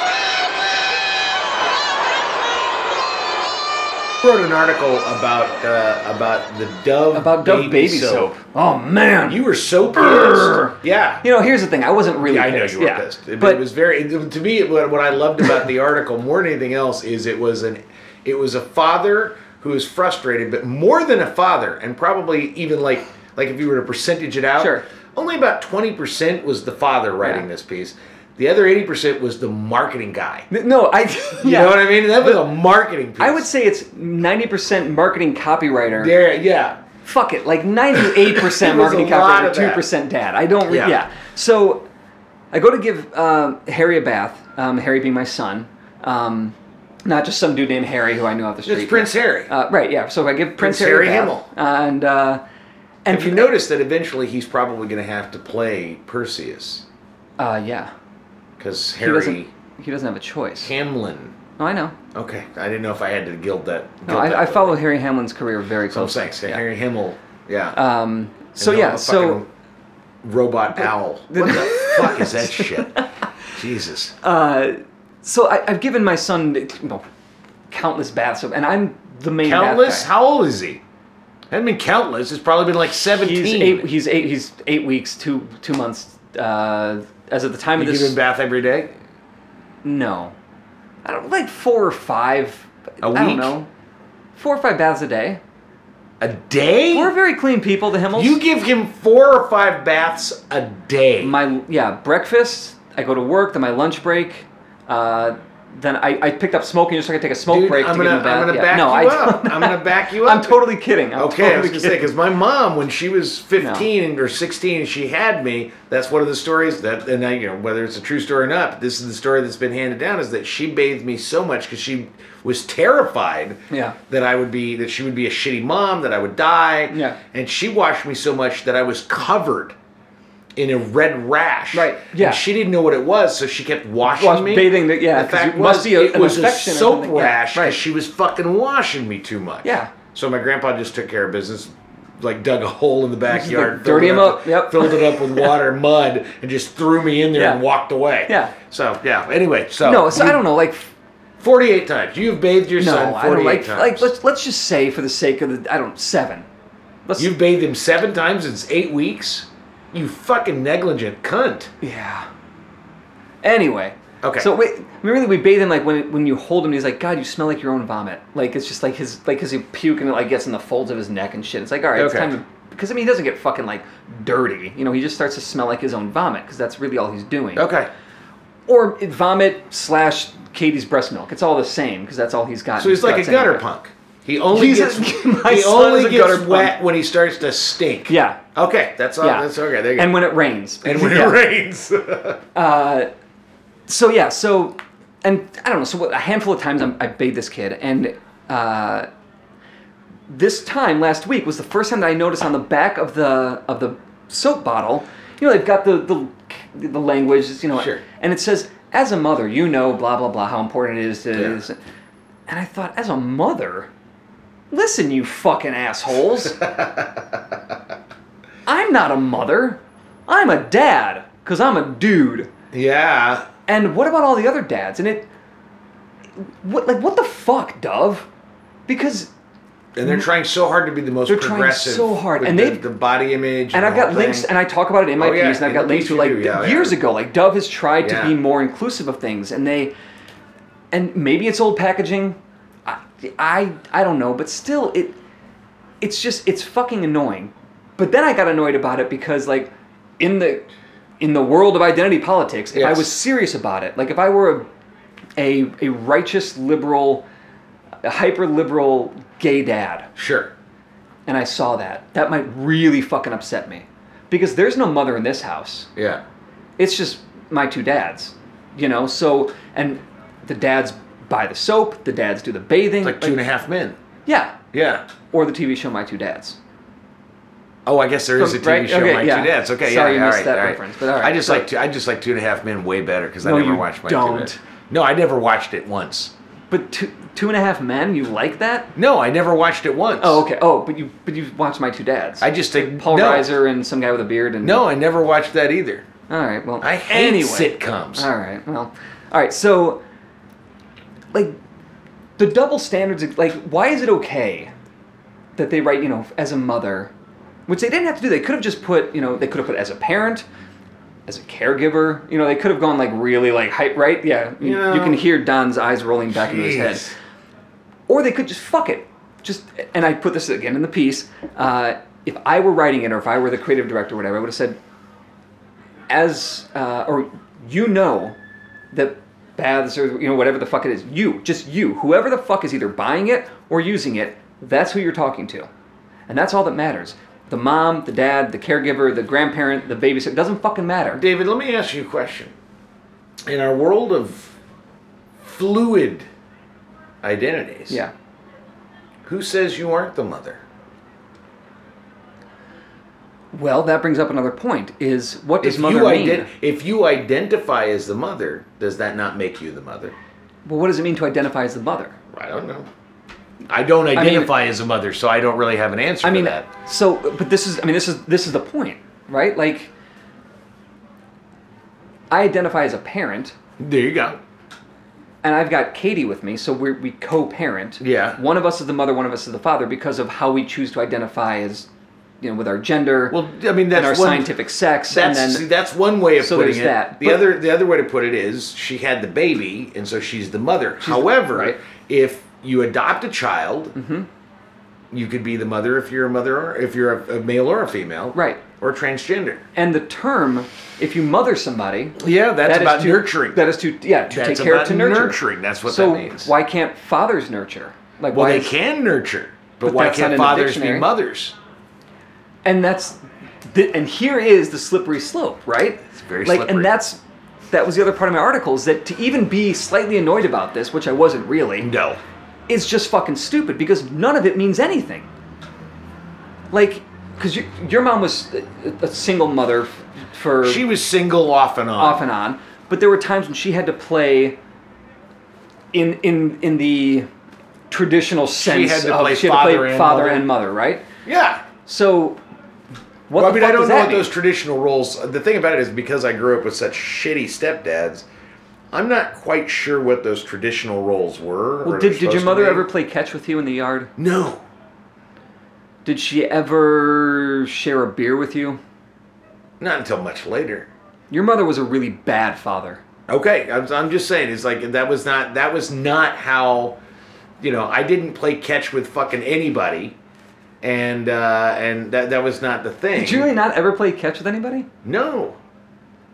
[SPEAKER 1] I wrote an article about uh, about the Dove
[SPEAKER 2] about Dove baby, soap. Oh man,
[SPEAKER 1] You were so
[SPEAKER 2] Brrr.
[SPEAKER 1] pissed. Yeah.
[SPEAKER 2] You know, here's the thing. I wasn't really.
[SPEAKER 1] Yeah, I know
[SPEAKER 2] pissed.
[SPEAKER 1] you were
[SPEAKER 2] yeah.
[SPEAKER 1] pissed. It,
[SPEAKER 2] but
[SPEAKER 1] it was very to me. What, what I loved about the article more than anything else is it was an it was a father who is frustrated, but more than a father, and probably even like like if you were to percentage it out,
[SPEAKER 2] Sure.
[SPEAKER 1] only about twenty percent was the father writing
[SPEAKER 2] Yeah.
[SPEAKER 1] this piece. The other eighty percent was the marketing guy.
[SPEAKER 2] no, I.
[SPEAKER 1] You
[SPEAKER 2] yeah.
[SPEAKER 1] know what I mean? That was a marketing piece.
[SPEAKER 2] I would say it's 90% marketing copywriter.
[SPEAKER 1] there, yeah.
[SPEAKER 2] Fuck it, like 98%
[SPEAKER 1] There was a
[SPEAKER 2] marketing
[SPEAKER 1] lot
[SPEAKER 2] copywriter,
[SPEAKER 1] of that.
[SPEAKER 2] 2% dad. I don't. Re- yeah.
[SPEAKER 1] Yeah.
[SPEAKER 2] So I go to give um, Harry a bath. Um, Harry being my son, um, not just some dude named Harry who I knew off the street.
[SPEAKER 1] It's Prince Harry.
[SPEAKER 2] Uh, right. Yeah. So I give Prince,
[SPEAKER 1] Prince Harry
[SPEAKER 2] a bath,
[SPEAKER 1] Hamill.
[SPEAKER 2] and uh, and
[SPEAKER 1] if you notice that eventually he's probably going to have to play Perseus
[SPEAKER 2] uh, yeah,
[SPEAKER 1] because
[SPEAKER 2] he
[SPEAKER 1] Harry
[SPEAKER 2] doesn't. He doesn't have a choice.
[SPEAKER 1] Hamlin.
[SPEAKER 2] No, I know.
[SPEAKER 1] Okay, I didn't know if I had to gild that.
[SPEAKER 2] No,
[SPEAKER 1] guild that
[SPEAKER 2] I, I
[SPEAKER 1] with
[SPEAKER 2] follow Harry Hamlin's career very
[SPEAKER 1] it. Oh,
[SPEAKER 2] closely.
[SPEAKER 1] thanks, Harry Himmel. Yeah.
[SPEAKER 2] Um,
[SPEAKER 1] And
[SPEAKER 2] so
[SPEAKER 1] all
[SPEAKER 2] yeah,
[SPEAKER 1] the
[SPEAKER 2] so
[SPEAKER 1] fucking robot owl. What the fuck is that shit? Jesus.
[SPEAKER 2] uh, so I, I've given my son you know, countless baths of, and I'm the main bath
[SPEAKER 1] countless.
[SPEAKER 2] guy.
[SPEAKER 1] How old is he? Hadn't been countless. It's probably been like seventeen.
[SPEAKER 2] He's eight. He's eight. He's eight weeks, two two months. Uh, as at the time
[SPEAKER 1] you
[SPEAKER 2] of
[SPEAKER 1] give him
[SPEAKER 2] this,
[SPEAKER 1] a bath every day.
[SPEAKER 2] no, I don't like four or five. I
[SPEAKER 1] A
[SPEAKER 2] I don't
[SPEAKER 1] week?
[SPEAKER 2] know, four or five baths a day.
[SPEAKER 1] A day?
[SPEAKER 2] We're very clean people. The Himmels.
[SPEAKER 1] you give him four or five baths a day.
[SPEAKER 2] my yeah breakfast. I go to work. Then my lunch break. Uh, then I, I picked up smoking just so I could take a smoke
[SPEAKER 1] Dude,
[SPEAKER 2] break
[SPEAKER 1] I'm
[SPEAKER 2] to
[SPEAKER 1] gonna,
[SPEAKER 2] give him a bath.
[SPEAKER 1] I'm gonna
[SPEAKER 2] Yeah.
[SPEAKER 1] back
[SPEAKER 2] no,
[SPEAKER 1] you
[SPEAKER 2] I,
[SPEAKER 1] up. I'm gonna back you up.
[SPEAKER 2] I'm totally kidding. I'm
[SPEAKER 1] Okay, I was
[SPEAKER 2] totally
[SPEAKER 1] gonna say
[SPEAKER 2] kidding.
[SPEAKER 1] because my mom, when she was fifteen and or sixteen, and she had me. That's one of the stories that, and I, you know, whether it's a true story or not, this is the story that's been handed down. Is that she bathed me so much because she was terrified
[SPEAKER 2] Yeah.
[SPEAKER 1] that I would be that she would be a shitty mom, that I would die.
[SPEAKER 2] Yeah.
[SPEAKER 1] and she washed me so much that I was covered in a red rash.
[SPEAKER 2] Right,
[SPEAKER 1] And
[SPEAKER 2] yeah.
[SPEAKER 1] she didn't know what it was, so she kept washing
[SPEAKER 2] Wash-
[SPEAKER 1] me.
[SPEAKER 2] bathing the- yeah,
[SPEAKER 1] The
[SPEAKER 2] 'cause
[SPEAKER 1] fact
[SPEAKER 2] it must
[SPEAKER 1] was,
[SPEAKER 2] be a-
[SPEAKER 1] it
[SPEAKER 2] an
[SPEAKER 1] was a
[SPEAKER 2] infection or
[SPEAKER 1] soap
[SPEAKER 2] something. Yeah,
[SPEAKER 1] rash because
[SPEAKER 2] right.
[SPEAKER 1] she was fucking washing me too much.
[SPEAKER 2] Yeah.
[SPEAKER 1] So my grandpa just took care of business, like dug a hole in the backyard, filled
[SPEAKER 2] dirty
[SPEAKER 1] it
[SPEAKER 2] him up, yep.
[SPEAKER 1] filled it up with water, and mud, and just threw me in there
[SPEAKER 2] Yeah.
[SPEAKER 1] and walked away.
[SPEAKER 2] Yeah.
[SPEAKER 1] So yeah. Anyway, so
[SPEAKER 2] no, so I don't know. Like
[SPEAKER 1] Forty-eight times you've bathed your
[SPEAKER 2] no,
[SPEAKER 1] son.
[SPEAKER 2] I don't
[SPEAKER 1] Forty-eight
[SPEAKER 2] like
[SPEAKER 1] times.
[SPEAKER 2] like let's let's just say for the sake of the I don't seven. Let's
[SPEAKER 1] You've bathed him seven times in eight weeks. You fucking negligent cunt.
[SPEAKER 2] yeah. Anyway.
[SPEAKER 1] Okay.
[SPEAKER 2] So wait, remember that we bathe him like when when you hold him, he's like, God, you smell like your own vomit. Like it's just like his like because he puke and it like gets in the folds of his neck and shit. It's like all right, it's
[SPEAKER 1] Okay.
[SPEAKER 2] time to because I mean he doesn't get fucking like dirty. You know, he just starts to smell like his own vomit because that's really all he's doing.
[SPEAKER 1] Okay.
[SPEAKER 2] Or it- vomit slash Katie's breast milk. It's all the same because that's all he's got.
[SPEAKER 1] So he's like a gutter punk. He only
[SPEAKER 2] He's a-
[SPEAKER 1] gets
[SPEAKER 2] my
[SPEAKER 1] he
[SPEAKER 2] son
[SPEAKER 1] only
[SPEAKER 2] is a
[SPEAKER 1] gets
[SPEAKER 2] gutter punk.
[SPEAKER 1] wet when he starts to stink.
[SPEAKER 2] Yeah.
[SPEAKER 1] Okay, that's all.
[SPEAKER 2] Yeah.
[SPEAKER 1] Oh, That's okay. There you
[SPEAKER 2] And
[SPEAKER 1] go.
[SPEAKER 2] when it rains.
[SPEAKER 1] And when
[SPEAKER 2] Yeah.
[SPEAKER 1] it rains,
[SPEAKER 2] so yeah, so and I don't know. So what, a handful of times I'm, I bathed this kid, and uh, this time last week was the first time that I noticed on the back of the of the soap bottle. You know, they've got the the, the language, you know,
[SPEAKER 1] Sure.
[SPEAKER 2] and it says, "As a mother, you know, blah blah blah, how important it is to."
[SPEAKER 1] Yeah.
[SPEAKER 2] is-" And I thought, as a mother, listen, you fucking assholes. I'm not a mother. I'm a dad, cause I'm a dude.
[SPEAKER 1] yeah.
[SPEAKER 2] And what about all the other dads? And it, what like what the fuck, Dove? Because
[SPEAKER 1] And they're trying so hard to be the most
[SPEAKER 2] Hmm? They're trying
[SPEAKER 1] progressive.
[SPEAKER 2] so hard,
[SPEAKER 1] with
[SPEAKER 2] and
[SPEAKER 1] the,
[SPEAKER 2] they've-
[SPEAKER 1] the body image.
[SPEAKER 2] and
[SPEAKER 1] the
[SPEAKER 2] I've got
[SPEAKER 1] whole
[SPEAKER 2] links,
[SPEAKER 1] thing.
[SPEAKER 2] and I talk about it in my
[SPEAKER 1] Oh,
[SPEAKER 2] piece,
[SPEAKER 1] yeah,
[SPEAKER 2] and I've
[SPEAKER 1] in
[SPEAKER 2] got
[SPEAKER 1] the
[SPEAKER 2] links
[SPEAKER 1] piece
[SPEAKER 2] to
[SPEAKER 1] you
[SPEAKER 2] like
[SPEAKER 1] do, yeah,
[SPEAKER 2] years
[SPEAKER 1] yeah.
[SPEAKER 2] ago, like Dove has tried to
[SPEAKER 1] Yeah.
[SPEAKER 2] be more inclusive of things, and they, and maybe it's old packaging, I I, I don't know, but still it, it's just it's fucking annoying. But then I got annoyed about it because like in the in the world of identity politics, if
[SPEAKER 1] Yes.
[SPEAKER 2] I was serious about it, like if I were a, a, a righteous liberal, a hyper liberal gay dad,
[SPEAKER 1] Sure.
[SPEAKER 2] and I saw that, that might really fucking upset me. Because there's no mother in this house.
[SPEAKER 1] Yeah.
[SPEAKER 2] It's just my two dads, you know? So, and the dads buy the soap, the dads do the bathing.
[SPEAKER 1] Like two and a half men.
[SPEAKER 2] Yeah.
[SPEAKER 1] Yeah.
[SPEAKER 2] Or the TV show My Two Dads.
[SPEAKER 1] Oh, I guess there is a
[SPEAKER 2] From-
[SPEAKER 1] TV
[SPEAKER 2] right,
[SPEAKER 1] show,
[SPEAKER 2] okay,
[SPEAKER 1] My
[SPEAKER 2] yeah.
[SPEAKER 1] Two Dads. Okay,
[SPEAKER 2] Sorry
[SPEAKER 1] yeah,
[SPEAKER 2] you
[SPEAKER 1] all
[SPEAKER 2] missed
[SPEAKER 1] right,
[SPEAKER 2] that
[SPEAKER 1] all right.
[SPEAKER 2] reference, but all right,
[SPEAKER 1] I just
[SPEAKER 2] so-
[SPEAKER 1] like two, I just like Two and a Half Men way better because
[SPEAKER 2] No,
[SPEAKER 1] I never
[SPEAKER 2] you
[SPEAKER 1] watched My
[SPEAKER 2] don't.
[SPEAKER 1] Two Dads. No, I never watched it once.
[SPEAKER 2] But two, two and a half men, you like that?
[SPEAKER 1] No, I never watched it once.
[SPEAKER 2] Oh, okay. Oh, but you but you watched My Two Dads.
[SPEAKER 1] I just think
[SPEAKER 2] Paul
[SPEAKER 1] no,
[SPEAKER 2] Reiser and some guy with a beard and
[SPEAKER 1] No, I never watched that either.
[SPEAKER 2] All right. Well,
[SPEAKER 1] I hate
[SPEAKER 2] anyway.
[SPEAKER 1] sitcoms.
[SPEAKER 2] All right. Well, all right. So, like, the double standards. Like, why is it okay that they write, you know, as a mother, which they didn't have to do. They could have just put, you know, they could have put as a parent, as a caregiver. You know, they could have gone like really like hype, right? Yeah. You,
[SPEAKER 1] Yeah.
[SPEAKER 2] you can hear Don's eyes rolling back into his head
[SPEAKER 1] Jeez.
[SPEAKER 2] or they could just fuck it. Just and I put this again in the piece. Uh, if I were writing it, or if I were the creative director, or whatever, I would have said, as uh, or you know that baths or you know whatever the fuck it is, you just you, whoever the fuck is either buying it or using it, that's who you're talking to, and that's all that matters. The mom, the dad, the caregiver, the grandparent, the babysitter doesn't fucking matter.
[SPEAKER 1] David, let me ask you a question. In our world of fluid identities,
[SPEAKER 2] Yeah.
[SPEAKER 1] who says you aren't the mother?
[SPEAKER 2] Well, that brings up another point: is what does mother
[SPEAKER 1] you
[SPEAKER 2] mean?
[SPEAKER 1] ident- if you identify as the mother, does that not make you the mother?
[SPEAKER 2] well, what does it mean to identify as the mother?
[SPEAKER 1] I don't know. I don't identify as a mother, so I don't really have an answer
[SPEAKER 2] I mean,
[SPEAKER 1] to that.
[SPEAKER 2] so but this is I mean this is this is the point, right? Like I identify as a parent
[SPEAKER 1] There you go.
[SPEAKER 2] and I've got Katie with me, so we we co-parent.
[SPEAKER 1] Yeah.
[SPEAKER 2] One of us is the mother, one of us is the father because of how we choose to identify as you know with our gender
[SPEAKER 1] Well, I mean, that's
[SPEAKER 2] and our
[SPEAKER 1] one-
[SPEAKER 2] scientific sex
[SPEAKER 1] That's
[SPEAKER 2] and
[SPEAKER 1] see,
[SPEAKER 2] then
[SPEAKER 1] that's one way of
[SPEAKER 2] So
[SPEAKER 1] putting
[SPEAKER 2] there's
[SPEAKER 1] it.
[SPEAKER 2] that.
[SPEAKER 1] The
[SPEAKER 2] But-
[SPEAKER 1] other the other way to put it is she had the baby, and so she's the mother. However,
[SPEAKER 2] right. Mm-hmm.
[SPEAKER 1] if you adopt a child, you could be the mother if you're a mother or if you're a, a male or a female,
[SPEAKER 2] Right.
[SPEAKER 1] Or transgender.
[SPEAKER 2] and the term if you mother somebody
[SPEAKER 1] Yeah, that's
[SPEAKER 2] that is
[SPEAKER 1] about
[SPEAKER 2] to-
[SPEAKER 1] nurturing.
[SPEAKER 2] That is to yeah, to
[SPEAKER 1] That's
[SPEAKER 2] take care of
[SPEAKER 1] about
[SPEAKER 2] to nurture.
[SPEAKER 1] nurturing, that's what
[SPEAKER 2] so
[SPEAKER 1] that means.
[SPEAKER 2] Why can't fathers nurture? Like
[SPEAKER 1] well,
[SPEAKER 2] why
[SPEAKER 1] they
[SPEAKER 2] is-
[SPEAKER 1] can nurture, but,
[SPEAKER 2] But
[SPEAKER 1] why
[SPEAKER 2] that's not
[SPEAKER 1] can't
[SPEAKER 2] in the
[SPEAKER 1] fathers be
[SPEAKER 2] dictionary.
[SPEAKER 1] mothers?
[SPEAKER 2] and that's th- and here is the slippery slope right it's
[SPEAKER 1] very
[SPEAKER 2] like
[SPEAKER 1] slippery.
[SPEAKER 2] and that's that was the other part of my article is that to even be slightly annoyed about this which i wasn't really
[SPEAKER 1] No.
[SPEAKER 2] is just fucking stupid because none of it means anything like because your, your mom was a, a single mother f- for
[SPEAKER 1] She was single off and on.
[SPEAKER 2] off and on but there were times when she had to play in in in the traditional sense
[SPEAKER 1] had to
[SPEAKER 2] of
[SPEAKER 1] play
[SPEAKER 2] she had to play
[SPEAKER 1] father and
[SPEAKER 2] father
[SPEAKER 1] mother.
[SPEAKER 2] and mother right
[SPEAKER 1] Yeah.
[SPEAKER 2] so what
[SPEAKER 1] Well, I
[SPEAKER 2] the
[SPEAKER 1] mean,
[SPEAKER 2] fuck
[SPEAKER 1] I don't
[SPEAKER 2] does
[SPEAKER 1] know
[SPEAKER 2] that
[SPEAKER 1] what
[SPEAKER 2] mean?
[SPEAKER 1] those traditional roles. The thing about it is because I grew up with such shitty stepdads, I'm not quite sure what those traditional roles were. or
[SPEAKER 2] Well, did,
[SPEAKER 1] they're
[SPEAKER 2] did your
[SPEAKER 1] supposed to
[SPEAKER 2] mother
[SPEAKER 1] be.
[SPEAKER 2] ever play catch with you in the yard?
[SPEAKER 1] No.
[SPEAKER 2] Did she ever share a beer with you?
[SPEAKER 1] Not until much later.
[SPEAKER 2] Your mother was a really bad father.
[SPEAKER 1] Okay, I'm, I'm just saying. It's like that was not that was not how, you know, I didn't play catch with fucking anybody, and uh, and that that was not the thing.
[SPEAKER 2] Did you really not ever play catch with anybody?
[SPEAKER 1] No.